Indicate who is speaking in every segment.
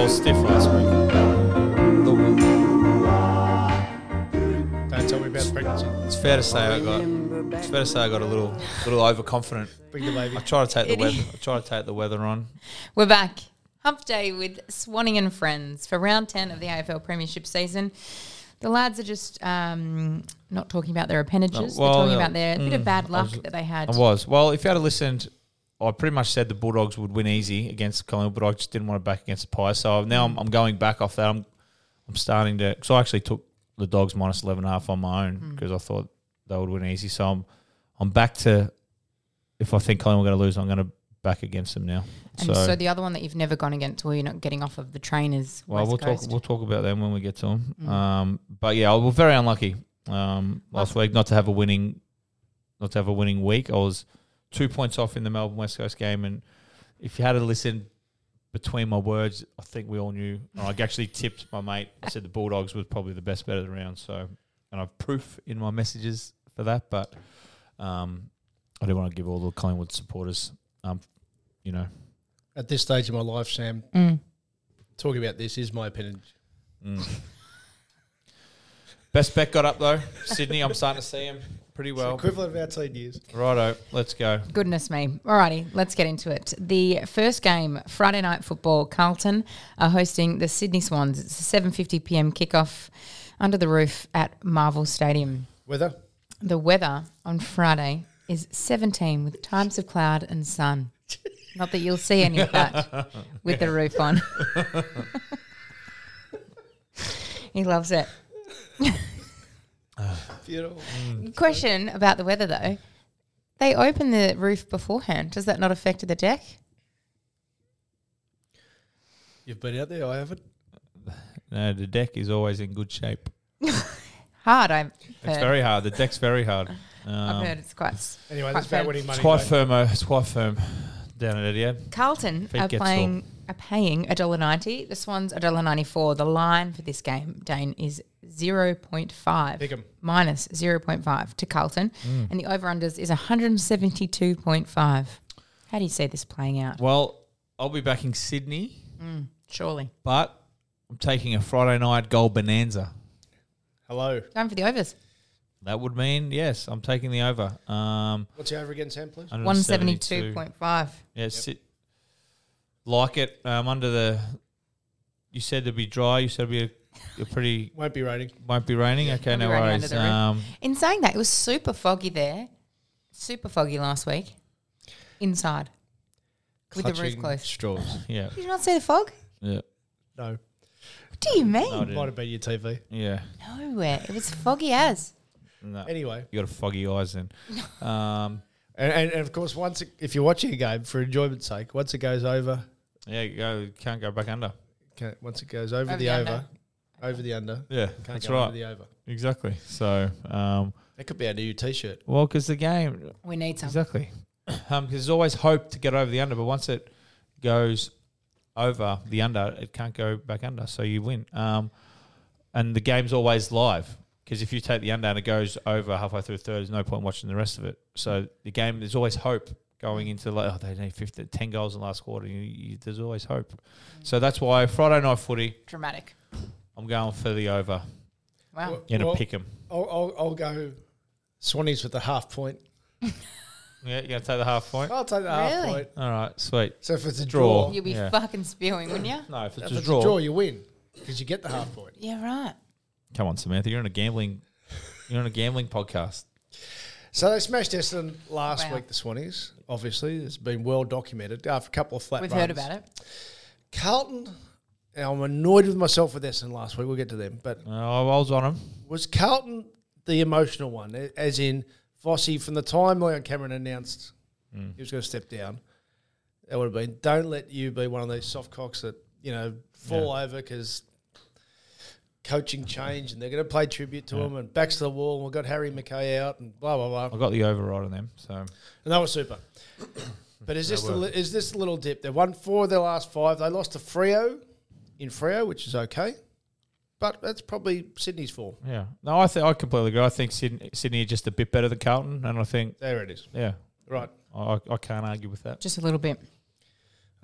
Speaker 1: was stiff last week.
Speaker 2: Don't tell me about the pregnancy.
Speaker 1: It's fair to say I got. It's fair to say I got a little, little overconfident.
Speaker 2: Bring the baby.
Speaker 1: I try to take the weather. I try to take the weather on.
Speaker 3: We're back. Hump day with Swanning and friends for round 10 of the AFL Premiership season. The lads are just um, not talking about their appendages.
Speaker 1: well,
Speaker 3: They're
Speaker 1: uh,
Speaker 3: talking about their bit of bad luck that they
Speaker 1: I
Speaker 3: had.
Speaker 1: was. Well, if you had listened, I pretty much said the Bulldogs would win easy against Collingwood, but I just didn't want to back against the Pies. So now I'm, I'm going back off that. I'm, I'm starting to. So I actually took the Dogs minus 11 and a half on my own
Speaker 2: Hmm.
Speaker 1: because I thought they would win easy. So I'm, I'm back to. If I think Collingwood are going to lose, I'm going to back against them now.
Speaker 3: And so, the other one that you've never gone against or you're not getting off of the train is
Speaker 1: Well,
Speaker 3: West
Speaker 1: we'll
Speaker 3: Coast. Mm.
Speaker 1: talk. We'll talk about them when we get to them. Um, but yeah, I was very unlucky um, last week not to have a winning, not to have a winning week. I was two points off in the Melbourne West Coast game, and if you had to listen between my words, I think we all knew. And I actually tipped my mate. I said the Bulldogs was probably the best bet of the round. So, and I've proof in my messages for that. But um, I do want to give all the Collingwood supporters, um, you know,
Speaker 2: At this stage of my life, Sam,
Speaker 3: Mm.
Speaker 2: talking about this is my appendage.
Speaker 1: best bet got up though. Sydney, I'm starting to see him pretty well.
Speaker 2: Equivalent of 18 years.
Speaker 1: Righto, let's go.
Speaker 3: Goodness me. Alrighty, let's get into it. The first game, Friday night football, Carlton are hosting the Sydney Swans. It's a 7.50 p.m. kickoff under the roof at Marvel Stadium.
Speaker 2: Weather?
Speaker 3: The weather on Friday is 17 with times of cloud and sun. Not that you'll see any of that with the roof on. he loves it.
Speaker 2: Beautiful.
Speaker 3: Mm. Question about the weather though. They open the roof beforehand. Does that not affect the deck?
Speaker 2: You've been out there, I haven't.
Speaker 1: No, the deck is always in good shape.
Speaker 3: Hard, I've
Speaker 1: It's
Speaker 3: heard.
Speaker 1: very hard. The deck's very hard.
Speaker 3: I've
Speaker 1: Um,
Speaker 3: heard it's quite.
Speaker 2: Anyway,
Speaker 3: quite
Speaker 2: that's
Speaker 3: fair.
Speaker 2: about winning money.
Speaker 1: it's quite
Speaker 2: mate.
Speaker 1: firm. uh, It's quite firm down at Etihad.
Speaker 3: Carlton
Speaker 1: Feet
Speaker 3: are
Speaker 1: gets
Speaker 3: playing are paying a dollar ninety. The Swans a dollar ninety four. The line for this game, Dane, is zero point five
Speaker 2: Pick 'em.
Speaker 3: minus zero point five to Carlton, and the over unders is one hundred and seventy two point five. How do you see this playing out?
Speaker 1: Well, I'll be backing Sydney,
Speaker 3: Surely
Speaker 1: but I'm taking a Friday night goal bonanza.
Speaker 2: Hello.
Speaker 3: going for the overs.
Speaker 1: That would mean yes, I'm taking the over. Um,
Speaker 2: What's your over again, Sam, please?
Speaker 3: One seventy
Speaker 1: 172.
Speaker 3: two point five.
Speaker 1: Yeah, sit. Like it um, under the. You said it'd be dry. You said it'd be a, a pretty
Speaker 2: Won't be raining.
Speaker 1: won't be raining. Okay,
Speaker 3: Won't be
Speaker 1: no
Speaker 3: raining under
Speaker 1: worries.
Speaker 3: the roof.
Speaker 1: Um,
Speaker 3: In saying that, it was super foggy there, super foggy last week, inside with the roof
Speaker 2: Clutching
Speaker 3: closed.
Speaker 2: Straws.
Speaker 1: Um, yeah,
Speaker 3: Did you not see the fog?
Speaker 1: yeah,
Speaker 2: No.
Speaker 3: What do you mean?
Speaker 1: No, I didn't.
Speaker 2: Might have been your TV.
Speaker 1: yeah.
Speaker 3: Nowhere. It was foggy as.
Speaker 1: No.
Speaker 2: Anyway.
Speaker 1: You got a foggy eyes then. Um,
Speaker 2: And, and, and of course, once it, if you're watching a game for enjoyment's sake, once it goes over,
Speaker 1: yeah, you go, can't go back under.
Speaker 2: can, once it goes over,
Speaker 3: Over
Speaker 2: the,
Speaker 3: the
Speaker 2: over,
Speaker 3: under.
Speaker 2: over the under,
Speaker 1: Yeah,
Speaker 2: can't
Speaker 1: that's
Speaker 2: go
Speaker 1: right.
Speaker 2: over the over.
Speaker 1: Exactly. So, um,
Speaker 2: That could be our new T-shirt.
Speaker 1: well, because the game,
Speaker 3: We need some.
Speaker 1: exactly. Um, 'cause there's always hope to get over the under, but once it goes over the under, it can't go back under. So you win. Um, and the game's always live because if you take the under and it goes over halfway through the third, there's no point watching the rest of it. So the game, there's always hope going into like, oh, they need 15, 10 goals in the last quarter. You, you, there's always hope. So that's why Friday night footy.
Speaker 3: Dramatic.
Speaker 1: I'm going for the over
Speaker 3: Wow.
Speaker 1: in
Speaker 2: Well,
Speaker 1: a pick 'em.
Speaker 2: I'll, I'll, I'll go Swannies with the half point.
Speaker 1: Yeah, you going to take the half point?
Speaker 2: I'll take the half
Speaker 3: Really?
Speaker 2: point.
Speaker 1: All right, sweet.
Speaker 2: So if it's a
Speaker 1: Draw.
Speaker 2: draw,
Speaker 3: You'll be
Speaker 1: Yeah.
Speaker 3: fucking spewing, wouldn't you?
Speaker 1: No, if it's
Speaker 2: if
Speaker 1: just
Speaker 2: it's
Speaker 1: draw.
Speaker 2: a draw, you win because you get the half point.
Speaker 3: Yeah, right.
Speaker 1: Come on, Samantha, you're on a gambling you're on a gambling podcast.
Speaker 2: So they smashed Essendon last
Speaker 3: Wow.
Speaker 2: week, the Swannies. Obviously, it's been well documented after a couple of flat
Speaker 3: We've
Speaker 2: runs.
Speaker 3: heard about it.
Speaker 2: Carlton, and I'm annoyed with myself with Essendon last week. We'll get to them. But
Speaker 1: Oh, I was on him.
Speaker 2: was Carlton the emotional one? A- As in, Fossey, from the time Leon Cameron announced
Speaker 1: Mm.
Speaker 2: he was going to step down, that would have been, don't let you be one of these soft cocks that, you know, fall over 'cause over because coaching change and they're going to play tribute to him and backs to the wall and we've got Harry McKay out and blah, blah, blah.
Speaker 1: I got the override on them. So
Speaker 2: And that was super. But is this the, li- is this the little dip? They won four of their last five. They lost to Frio in Frio, which is okay. But that's probably Sydney's form.
Speaker 1: yeah, no, I think I completely agree. I think Sydney, Sydney are just a bit better than Carlton, and I think
Speaker 2: There it is.
Speaker 1: yeah,
Speaker 2: Right.
Speaker 1: I, I can't argue with that.
Speaker 3: Just a little bit.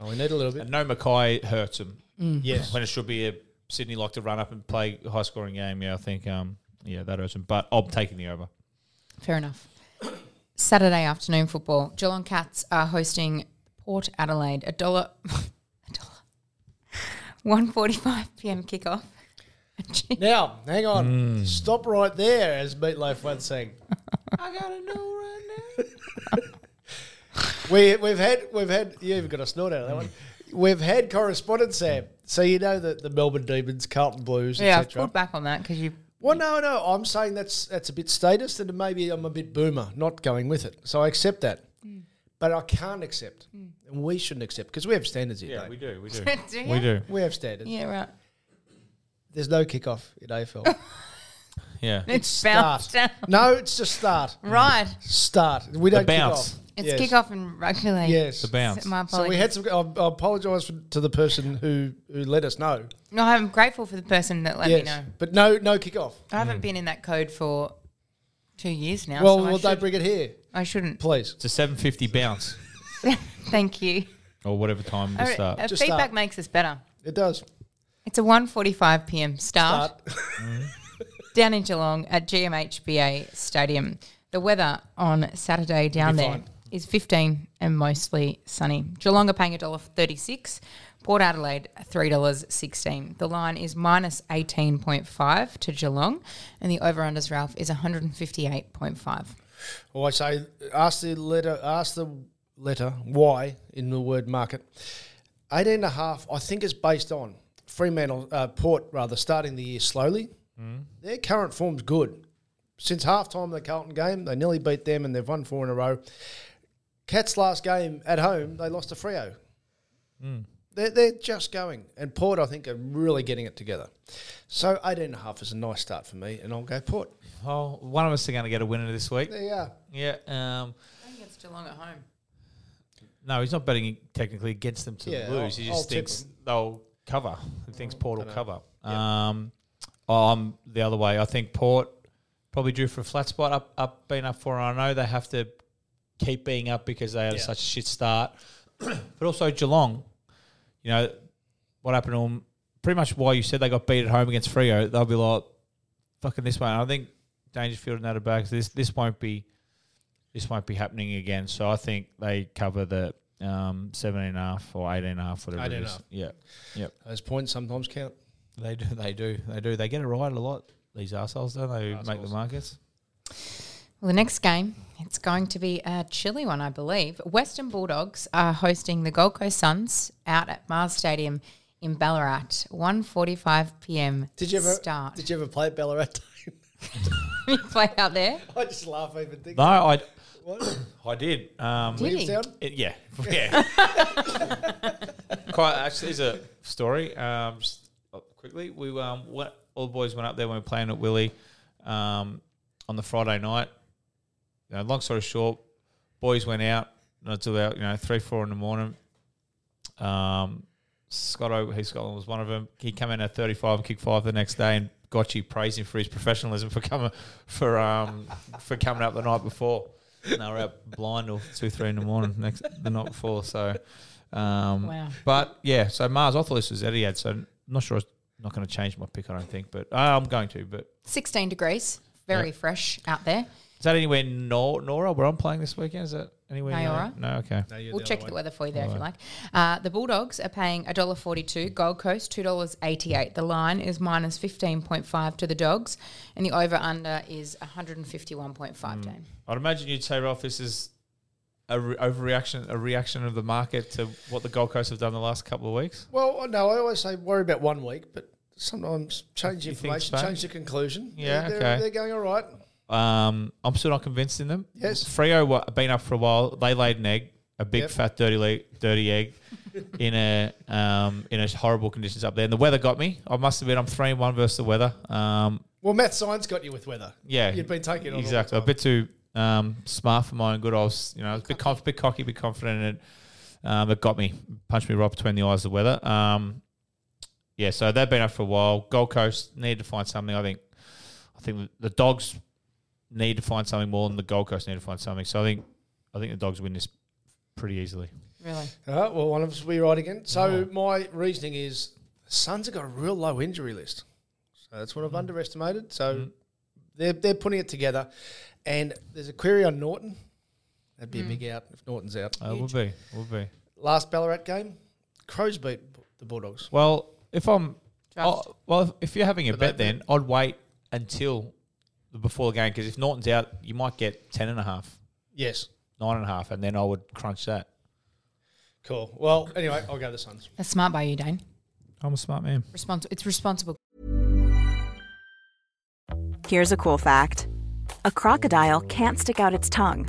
Speaker 2: Oh, we need a little bit.
Speaker 1: And no Mackay hurts him
Speaker 2: Yes.
Speaker 1: when it should be a Sydney like to run up and play a high scoring game. Yeah, I think um yeah that hurts him, but I'm taking the over.
Speaker 3: Fair enough. Saturday afternoon football. Geelong Cats are hosting Port Adelaide. A dollar, a dollar, one forty-five p.m. kickoff.
Speaker 2: Now, hang on.
Speaker 3: Mm.
Speaker 2: Stop right there, as Meatloaf once sang.
Speaker 1: I gotta know right now.
Speaker 2: We, we've had, we've had, you even got a snort out of that one. We've had correspondence, Sam. So you know that the Melbourne Demons, Carlton Blues,
Speaker 3: yeah, I've
Speaker 2: etc.
Speaker 3: pulled back on that because you.
Speaker 2: Well, no, no. I'm saying that's that's a bit status, and maybe I'm a bit boomer, not going with it. So I accept that,
Speaker 3: Mm.
Speaker 2: but I can't accept, and we shouldn't accept because we have standards here.
Speaker 1: Yeah,
Speaker 2: don't
Speaker 1: we
Speaker 2: we?
Speaker 1: do, we do,
Speaker 3: Do
Speaker 1: we
Speaker 3: ya?
Speaker 1: do.
Speaker 2: we have standards.
Speaker 3: Yeah, right.
Speaker 2: There's no kickoff in AFL.
Speaker 1: Yeah,
Speaker 3: It's
Speaker 2: start.
Speaker 3: bounced down.
Speaker 2: No, it's just start.
Speaker 3: Right.
Speaker 2: Start. We don't
Speaker 1: bounce.
Speaker 2: kick off.
Speaker 3: It's
Speaker 2: Yes.
Speaker 3: kickoff in rugby league.
Speaker 2: Yes.
Speaker 1: the bounce.
Speaker 3: My apologies.
Speaker 2: So we had some. I, I apologise for- to the person who who let us know.
Speaker 3: no, I'm grateful for the person that let
Speaker 2: yes,
Speaker 3: me know.
Speaker 2: but no, no kickoff.
Speaker 3: I haven't been in that code for two years now.
Speaker 2: Well,
Speaker 3: so I,
Speaker 2: well,
Speaker 3: should,
Speaker 2: don't bring it here,
Speaker 3: I shouldn't.
Speaker 2: please.
Speaker 1: It's a seven fifty bounce
Speaker 3: Thank you.
Speaker 1: or whatever time we
Speaker 3: All right,
Speaker 1: start.
Speaker 3: uh,
Speaker 2: Just
Speaker 3: feedback
Speaker 2: start.
Speaker 3: makes us better.
Speaker 2: It does.
Speaker 3: It's a 1.45 p.m. start,
Speaker 2: Start.
Speaker 3: down in Geelong at GMHBA Stadium. The weather on Saturday down there is 15 and mostly sunny. Geelong are paying $1.36. Port Adelaide $3.16. The line is minus 18.5 to Geelong and the over-unders, Ralph, is 158.5.
Speaker 2: Well, I say ask the letter, ask the letter Y in the word market. 18 and a half, I think it's based on Fremantle, uh, Port rather, starting the year slowly. Their current form's good. Since halftime of the Carlton game, they nearly beat them and they've won four in a row. Cats' last game at home, they lost to Frio. They're, they're just going. And Port, I think, are really getting it together. So 18 and a half is a nice start for me, and I'll go Port.
Speaker 1: Oh, one of us are going to get a winner this week.
Speaker 2: There you are.
Speaker 1: Yeah. Um,
Speaker 3: I think it's Geelong at home.
Speaker 1: no, he's not betting technically against them to
Speaker 2: Yeah,
Speaker 1: lose. he
Speaker 2: I'll- I'll
Speaker 1: just
Speaker 2: tip
Speaker 1: thinks they'll cover. He thinks Port will cover. Um, I'm the other way. I think Port probably due for a flat spot up, up being up for. I know they have to keep being up because they had such a shit start. but also Geelong, you know, what happened to them? Pretty much why you said they got beat at home against Frio. They'll be like, fucking this way. And I think Dangerfield and that are back. This this won't be this won't be happening again. So I think they cover the um, 17 and a half or 18 and a half, whatever
Speaker 2: 18
Speaker 1: it
Speaker 2: and a
Speaker 1: is.
Speaker 2: half.
Speaker 1: Yeah. Yep.
Speaker 2: Those points sometimes count.
Speaker 1: They do. They do. They do. They get it right a lot. These assholes, don't they? Who make the markets.
Speaker 3: Well, the next game, it's going to be a chilly one, I believe. Western Bulldogs are hosting the Gold Coast Suns out at Mars Stadium in Ballarat, 1.45 p.m.
Speaker 2: Did you ever
Speaker 3: start?
Speaker 2: Did you ever play at Ballarat?
Speaker 3: you play out there?
Speaker 2: I just laugh even thinking.
Speaker 1: No, I. I did. Um,
Speaker 3: Did he?
Speaker 2: Williamstown?
Speaker 1: it- yeah, yeah. Quite actually, is a story. Um, just uh, quickly, we um, went, all the boys went up there when we were playing at Willie um, on the Friday night. You know, long story short, boys went out until about you know three, four in the morning. Um, Scotto, who Scotland was one of them. He came in at 35 and kicked five the next day, and Gotchi praised him for his professionalism for coming for um for coming up the night before. And they were out blind till two, three in the morning next the night before. So, um,
Speaker 3: Wow.
Speaker 1: But yeah, so Mars, I thought this was Etihad, so I'm not sure. It's not going to change my pick, I don't think, but uh, I'm going to. But
Speaker 3: 16 degrees, very
Speaker 1: Yeah.
Speaker 3: fresh out there.
Speaker 1: is that anywhere Nor- Nora where I'm playing this weekend? Is that anywhere?
Speaker 3: Nayora?
Speaker 1: You know? No, okay.
Speaker 2: No, you're
Speaker 3: We'll
Speaker 2: the
Speaker 3: check
Speaker 2: other
Speaker 3: the
Speaker 2: way.
Speaker 3: weather for you there if you like. Uh, the Bulldogs are paying $1.42, Gold Coast $2.88. The line is minus 15.5 to the Dogs, and the over under is 151.5,
Speaker 2: Hmm.
Speaker 3: Jane.
Speaker 1: I'd imagine you'd say, Ralph, this is a re- overreaction, a reaction of the market to what the Gold Coast have done the last couple of weeks.
Speaker 2: Well, no, I always say worry about one week, but sometimes change the
Speaker 1: You think
Speaker 2: information,
Speaker 1: so?
Speaker 2: change the conclusion.
Speaker 1: Yeah,
Speaker 2: they're,
Speaker 1: okay.
Speaker 2: They're going all right.
Speaker 1: Um, I'm still not convinced in them.
Speaker 2: Yes.
Speaker 1: Freo were been up for a while. They laid an egg, a big
Speaker 2: Yep.
Speaker 1: fat dirty le- dirty egg, in a um, in a horrible conditions up there. And the weather got me. I must admit, I'm three and one versus the weather. Um,
Speaker 2: Well, math science got you with weather.
Speaker 1: yeah,
Speaker 2: you'd been taking it on
Speaker 1: exactly
Speaker 2: All
Speaker 1: a
Speaker 2: the time.
Speaker 1: bit too um, smart for my own good. I was, you know, I was a bit, conf- bit cocky, bit confident, and it, um, it got me, punched me right between the eyes. The weather, um, yeah. So they've been up for a while. Gold Coast needed to find something. I think, I think the dogs need to find something more than the Gold Coast need to find something. So I think, I think the dogs win this pretty easily.
Speaker 3: Really?
Speaker 2: All right, Uh, well, one of us will be right again.
Speaker 1: Oh.
Speaker 2: So my reasoning is, Suns have got a real low injury list, so that's what
Speaker 1: Hmm.
Speaker 2: I've underestimated. So they're they're putting it together, and there's a query on Norton. That'd be a big out if Norton's out.
Speaker 1: Uh, would be, would be.
Speaker 2: Last Ballarat game, Crows beat the Bulldogs.
Speaker 1: Well, if I'm,
Speaker 3: Trust.
Speaker 1: oh, well, if, if you're having a
Speaker 2: But
Speaker 1: bet,
Speaker 2: they-
Speaker 1: then I'd wait until the- before the game because if Norton's out, you might get ten and a half.
Speaker 2: Yes,
Speaker 1: nine and a half, and then I would crunch that.
Speaker 2: cool. Well, anyway, I'll go the Suns.
Speaker 3: That's smart by you, Dane.
Speaker 1: I'm a smart man.
Speaker 3: Respons- it's responsible.
Speaker 4: Here's a cool fact a crocodile can't stick out its tongue.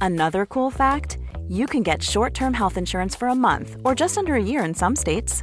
Speaker 4: Another cool fact you can get short term health insurance for a month or just under a year in some states.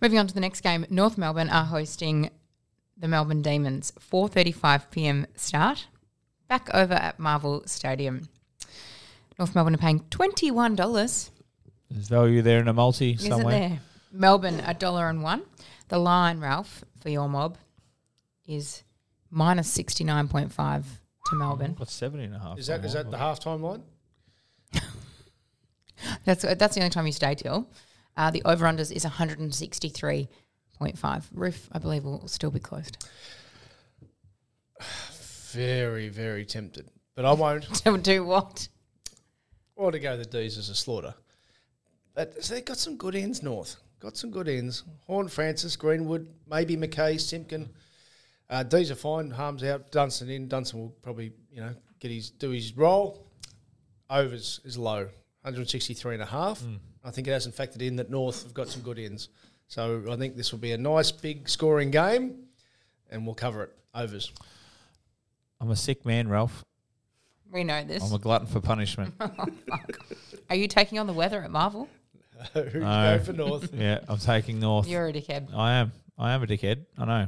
Speaker 3: Moving on to the next game, North Melbourne are hosting the Melbourne Demons, 4:35 p.m. start, back over at Marvel Stadium. North Melbourne are paying twenty-one dollars.
Speaker 1: There's value there in a multi
Speaker 3: Isn't
Speaker 1: somewhere.
Speaker 3: there? Melbourne a dollar and one. The line, Ralph, for your mob is minus sixty-nine point five to Melbourne.
Speaker 1: What's seventy and a half?
Speaker 2: Is that is that the halftime line?
Speaker 3: That's that's the only time you stay till. Uh, the over unders is one hundred and sixty-three point five. Roof, I believe, will still be closed.
Speaker 2: Very very tempted, but I won't.
Speaker 3: To do what?
Speaker 2: Or to go the D's as a slaughter. But so they've got some good ends north. Got some good ends. Horn, Francis, Greenwood, maybe McKay, Simpkin. Uh, D's are fine. Harms out. Dunstan in. Dunstan will probably you know get his do his role. Overs is low, 163 and a half. I think it hasn't factored in that North have got some good ends. So I think this will be a nice big scoring game, and we'll cover it. Overs.
Speaker 1: I'm a sick man, Ralph.
Speaker 3: We know this.
Speaker 1: I'm a glutton for punishment.
Speaker 3: Are you taking on the weather at Marvel?
Speaker 2: Who can
Speaker 1: No.
Speaker 2: go for North?
Speaker 1: yeah, I'm taking North.
Speaker 3: You're a dickhead.
Speaker 1: I am. I am a dickhead. I know.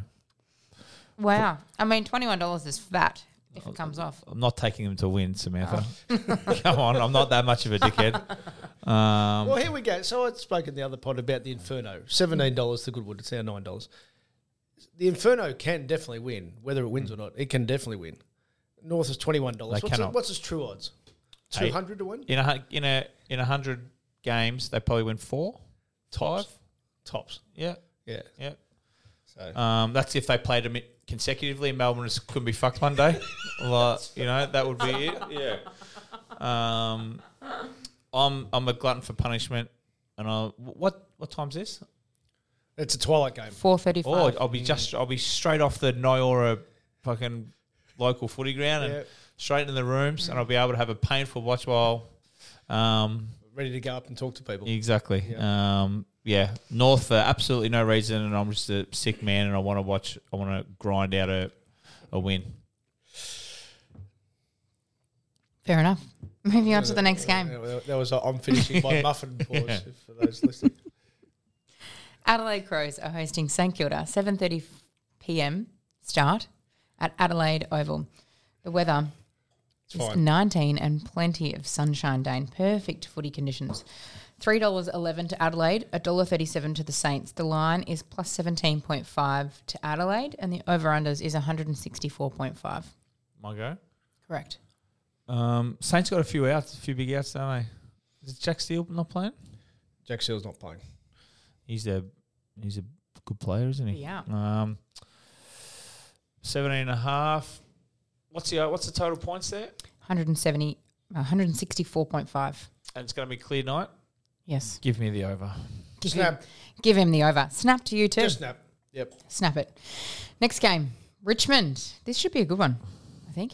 Speaker 3: Wow. I mean, twenty-one dollars is fat if it comes off.
Speaker 1: I'm not taking them to win, Samantha.
Speaker 3: Oh.
Speaker 1: Come on, I'm not that much of a dickhead. Um,
Speaker 2: Well, here we go. So I'd spoken the other pod about the Inferno. Seventeen dollars to Goodwood. It's now nine dollars. The Inferno can definitely win, whether it wins or not. It can definitely win. North is twenty one dollars.
Speaker 1: Hmm. They
Speaker 2: What's, it-
Speaker 1: cannot.
Speaker 2: what's its true odds? Two
Speaker 1: Eight.
Speaker 2: hundred to win.
Speaker 1: in a hu- in a in a hundred games, they probably win four,
Speaker 2: Tops.
Speaker 1: five.
Speaker 2: Tops.
Speaker 1: Yeah,
Speaker 2: Yeah.
Speaker 1: yeah.
Speaker 2: So
Speaker 1: Um, that's if they played them consecutively. and Melbourne just couldn't be fucked one day. like, you know, that would be it. Yeah. Um, I'm I'm a glutton for punishment, and I what what time's this?
Speaker 2: it's a twilight game.
Speaker 3: Four thirty-five.
Speaker 1: Oh, I'll be just I'll be straight off the Nyora fucking local footy ground and
Speaker 2: Yeah.
Speaker 1: straight into the rooms, and I'll be able to have a painful watch while. Um,
Speaker 2: Ready to go up and talk to people.
Speaker 1: exactly. Um, yeah, North for absolutely no reason, and I'm just a sick man, and I want to watch. I want to grind out a a win.
Speaker 3: Fair enough. Moving on to the next game.
Speaker 2: That that was a I'm finishing my muffin pause for those listening.
Speaker 3: Adelaide Crows are hosting St Kilda, 7:30 p.m. start at Adelaide Oval. The weather is
Speaker 2: fine.
Speaker 3: 19 and plenty of sunshine, Dane. Perfect footy conditions. Three dollars eleven to Adelaide, $1.37 to the Saints. The line is plus seventeen point five to Adelaide, and the over unders is one hundred and sixty four point five.
Speaker 1: My go.
Speaker 3: Correct.
Speaker 1: Um, Saints got a few outs, a few big outs, don't they? Is Jack Steele not playing?
Speaker 2: Jack Seal's not playing.
Speaker 1: He's a he's a good player, isn't he?
Speaker 3: Yeah.
Speaker 1: Um, 17 and a half. What's the uh, what's the total points there?
Speaker 3: One hundred and seventy. One hundred and sixty-four point five.
Speaker 1: And it's going to be clear night.
Speaker 3: Yes.
Speaker 1: Give me the over.
Speaker 3: Give
Speaker 2: Snap.
Speaker 3: Him, give him the over. Snap to you too.
Speaker 2: Just snap. Yep.
Speaker 3: Snap it. Next game, Richmond. This should be a good one, I think.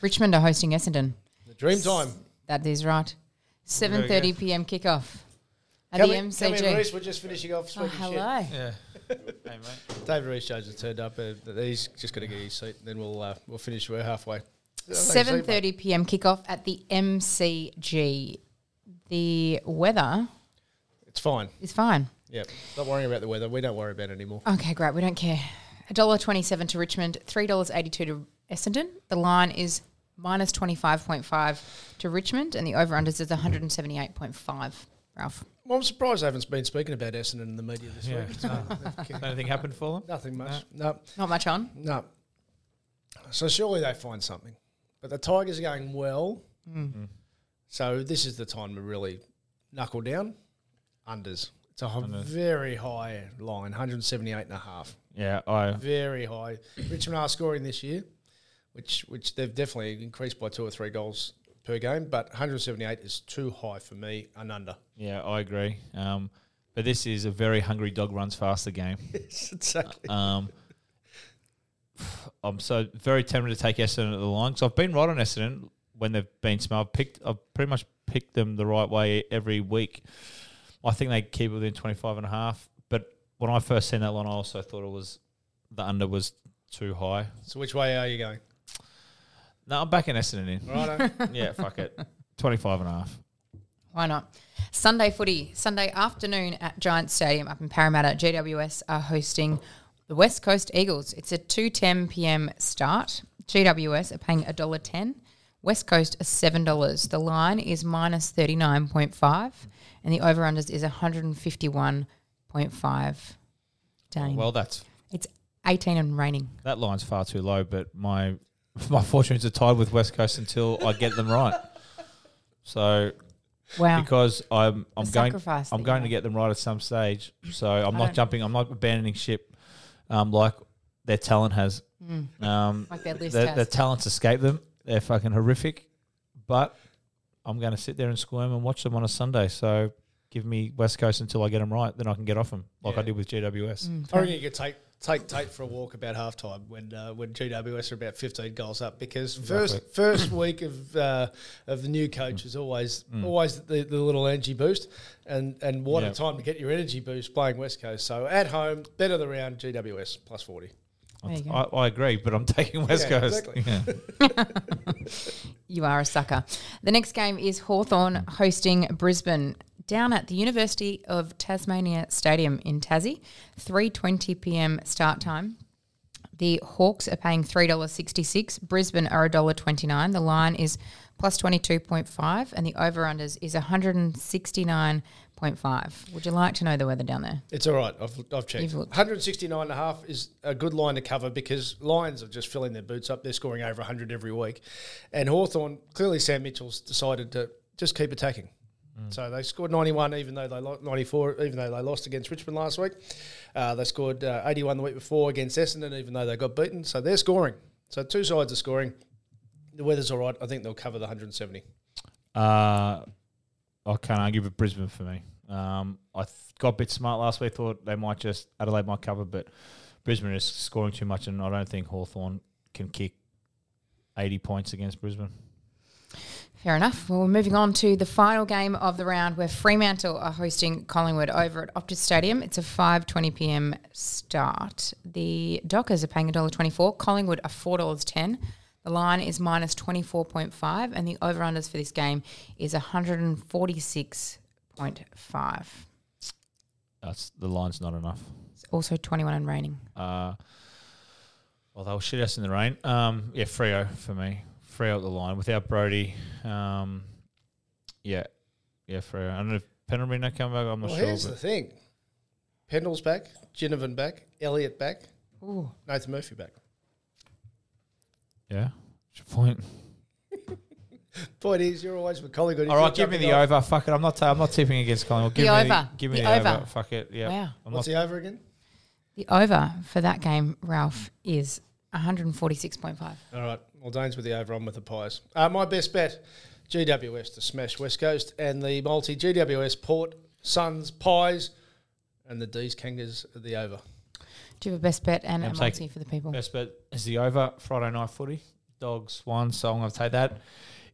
Speaker 3: Richmond are hosting Essendon.
Speaker 2: The dream time.
Speaker 3: That is right. Seven
Speaker 1: Very
Speaker 3: thirty
Speaker 1: good.
Speaker 3: p.m. kickoff at
Speaker 2: Come
Speaker 3: the
Speaker 2: in- come in,
Speaker 3: MCG.
Speaker 2: Reece, We're just finishing off
Speaker 3: Oh,
Speaker 2: speaking
Speaker 3: hello.
Speaker 1: Yeah. hey mate.
Speaker 2: shit. David Reese Jones has turned up. Uh, he's just got to get his seat. and Then we'll uh, we'll finish. We're halfway.
Speaker 3: Seven thirty p.m. kickoff at the MCG. The weather
Speaker 2: It's fine.
Speaker 3: is fine.
Speaker 2: Yep. Not worrying about the weather. We don't worry about it anymore.
Speaker 3: Okay, great. We don't care. $1.27 to Richmond, $3.82 to Essendon. The line is minus 25.5 to Richmond, and the over unders is 178.5. Ralph.
Speaker 2: Well, I'm surprised I haven't been speaking about Essendon in the media this
Speaker 1: Yeah.
Speaker 2: week.
Speaker 1: Anything happened for them?
Speaker 2: Nothing much. No.
Speaker 3: Not much on.
Speaker 2: No. So surely they find something. But the Tigers are going well. So this is the time to really knuckle down. Unders. It's a hi- very high line, 178 and a half.
Speaker 1: Yeah, I
Speaker 2: Very high. Richmond are scoring this year, which which they've definitely increased by two or three goals per game, but 178 is too high for me and under.
Speaker 1: yeah I agree. Um, but this is a very hungry dog runs faster game.
Speaker 2: exactly.
Speaker 1: Um, I'm so very tempted to take Essendon at the line. So I've been right on Essendon when they've been smart. I've picked, I've pretty much picked them the right way every week. I think they keep it within 25 and a half. But when I first seen that line, I also thought it was the under was too high.
Speaker 2: So which way are you going?
Speaker 1: No, I'm backing Essendon in.
Speaker 2: Righto.
Speaker 1: yeah, fuck it. 25 and a half.
Speaker 3: Why not? Sunday footy, Sunday afternoon at Giant Stadium up in Parramatta. GWS are hosting the West Coast Eagles. It's a 2.10 p.m. start. GWS are paying $1.10. West Coast are $7. The line is minus 39.5 and the over-unders is 151.5. Dane.
Speaker 1: Well, that's
Speaker 3: it's 18 and raining.
Speaker 1: that line's far too low. But my my fortunes are tied with West Coast until I get them right. So
Speaker 3: Wow.
Speaker 1: because I'm I'm going
Speaker 3: sacrifice that
Speaker 1: I'm
Speaker 3: you
Speaker 1: going to
Speaker 3: make.
Speaker 1: get them right at some stage. So I'm not jumping. I'm not abandoning ship, um, like their talent has. Um,
Speaker 3: Hmm. Like their list has.
Speaker 1: their talents escape them. They're fucking horrific, but I'm going to sit there and squirm and watch them on a Sunday. So give me West Coast until I get them right, then I can get off them like I did with GWS.
Speaker 3: Mm,
Speaker 2: I reckon you could take take Tate for a walk about halftime when uh, when GWS are about fifteen goals up because first first week of uh, of the new coach is always always the, the little energy boost and and what
Speaker 1: Yeah.
Speaker 2: a time to get your energy boost playing West Coast so at home bet of the round GWS plus forty
Speaker 3: There you go.
Speaker 1: I, I agree, but I'm taking West
Speaker 2: Yeah,
Speaker 1: Coast.
Speaker 2: exactly.
Speaker 1: Yeah.
Speaker 3: You are a sucker. The next game is Hawthorn hosting Brisbane down at the University of Tasmania Stadium in Tassie, 3:20 p.m. start time. The Hawks are paying $3.66, Brisbane are $1.29. The line is plus 22.5 and the over/unders is 169.5. Would you like to know the weather down there?
Speaker 2: it's all right I've I've checked
Speaker 3: You've
Speaker 2: one
Speaker 3: looked.
Speaker 2: hundred sixty nine and a half is a good line to cover because Lions are just filling their boots up they're scoring over hundred every week and Hawthorn clearly Sam Mitchell's decided to just keep attacking. So they scored 91, even though they lost 94, even though they lost against Richmond last week. Uh, they scored uh, 81 the week before against Essendon, even though they got beaten. So they're scoring. So two sides are scoring. The weather's all right. I think they'll cover the 170.
Speaker 1: Uh, I can't argue with Brisbane for me. Um, I th- got a bit smart last week. Thought they might just Adelaide might cover, but Brisbane is scoring too much, and I don't think Hawthorn can kick eighty points against Brisbane.
Speaker 3: Fair enough. Well, we're moving on to the final game of the round where Fremantle are hosting Collingwood over at Optus Stadium. It's a 5.20 p.m. start. The Dockers are paying $1.24. Collingwood are $4.10. The line is minus 24.5 and the over-unders for this game is 146.5.
Speaker 1: That's the line's not enough.
Speaker 3: It's also 21 and raining.
Speaker 1: Uh, well, they'll shit us in the rain. Um, yeah, Frio for me. Frio at the line without Brody. Um, yeah, yeah, Frio. I don't know if Penrith not come back. I'm not
Speaker 2: Well,
Speaker 1: sure.
Speaker 2: here's the
Speaker 1: but-
Speaker 2: thing: Pendle's back, Ginnivan back, Elliot back, Nathan Murphy back.
Speaker 1: yeah, it's your point.
Speaker 2: Point is, you're always with Collingwood. if
Speaker 1: All right,
Speaker 2: you're
Speaker 1: give me
Speaker 2: jumping
Speaker 1: the
Speaker 2: off-
Speaker 1: over. Fuck it. I'm not. i I'm not tipping against Collingwood. Give
Speaker 3: The
Speaker 1: me
Speaker 3: over.
Speaker 1: The, give me
Speaker 3: The
Speaker 1: the,
Speaker 3: over.
Speaker 1: over. Fuck it. Yeah.
Speaker 3: Wow.
Speaker 1: I'm
Speaker 2: What's
Speaker 1: not,
Speaker 2: the over again?
Speaker 3: The over for that game, Ralph, is 146.5.
Speaker 2: All right. Well, Dane's with the over. I'm with the Pies. Uh, my best bet: GWS to smash West Coast and the multi GWS Port Suns Pies, and the D's Kangas at the over.
Speaker 3: Do you have a best bet and
Speaker 1: I'm
Speaker 3: a
Speaker 1: taking-
Speaker 3: multi for the people?
Speaker 1: Best bet is the over Friday night footy. Dogs, Swans, so I'm going to take that.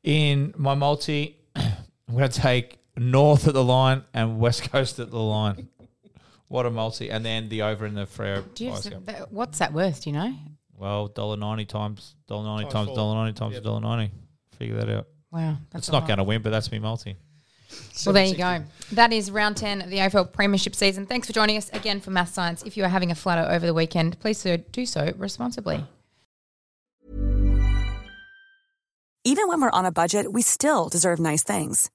Speaker 1: In my multi, I'm going to take North at the line and West Coast at the line. What a multi. And then the over in the Freo.
Speaker 3: Do you have
Speaker 1: Pies
Speaker 3: some,
Speaker 1: game.
Speaker 3: that, what's that worth? Do you know?
Speaker 1: Well, $1.90 times, $1.90
Speaker 2: Times
Speaker 1: times,
Speaker 2: four.
Speaker 1: $1.90 times, $1.90. Figure that out.
Speaker 3: Wow, that's
Speaker 1: It's
Speaker 3: a
Speaker 1: not
Speaker 3: lot.
Speaker 1: going to win, but that's me multi.
Speaker 3: Well, there you go. That is round 10 of the AFL Premiership season. Thanks for joining us again for Math Science. If you are having a flutter over the weekend, please do- do so responsibly.
Speaker 5: Even when we're on a budget, we still deserve nice things.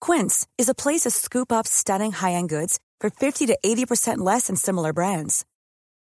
Speaker 5: Quince is a place to scoop up stunning high end goods for 50 to 80% less than similar brands.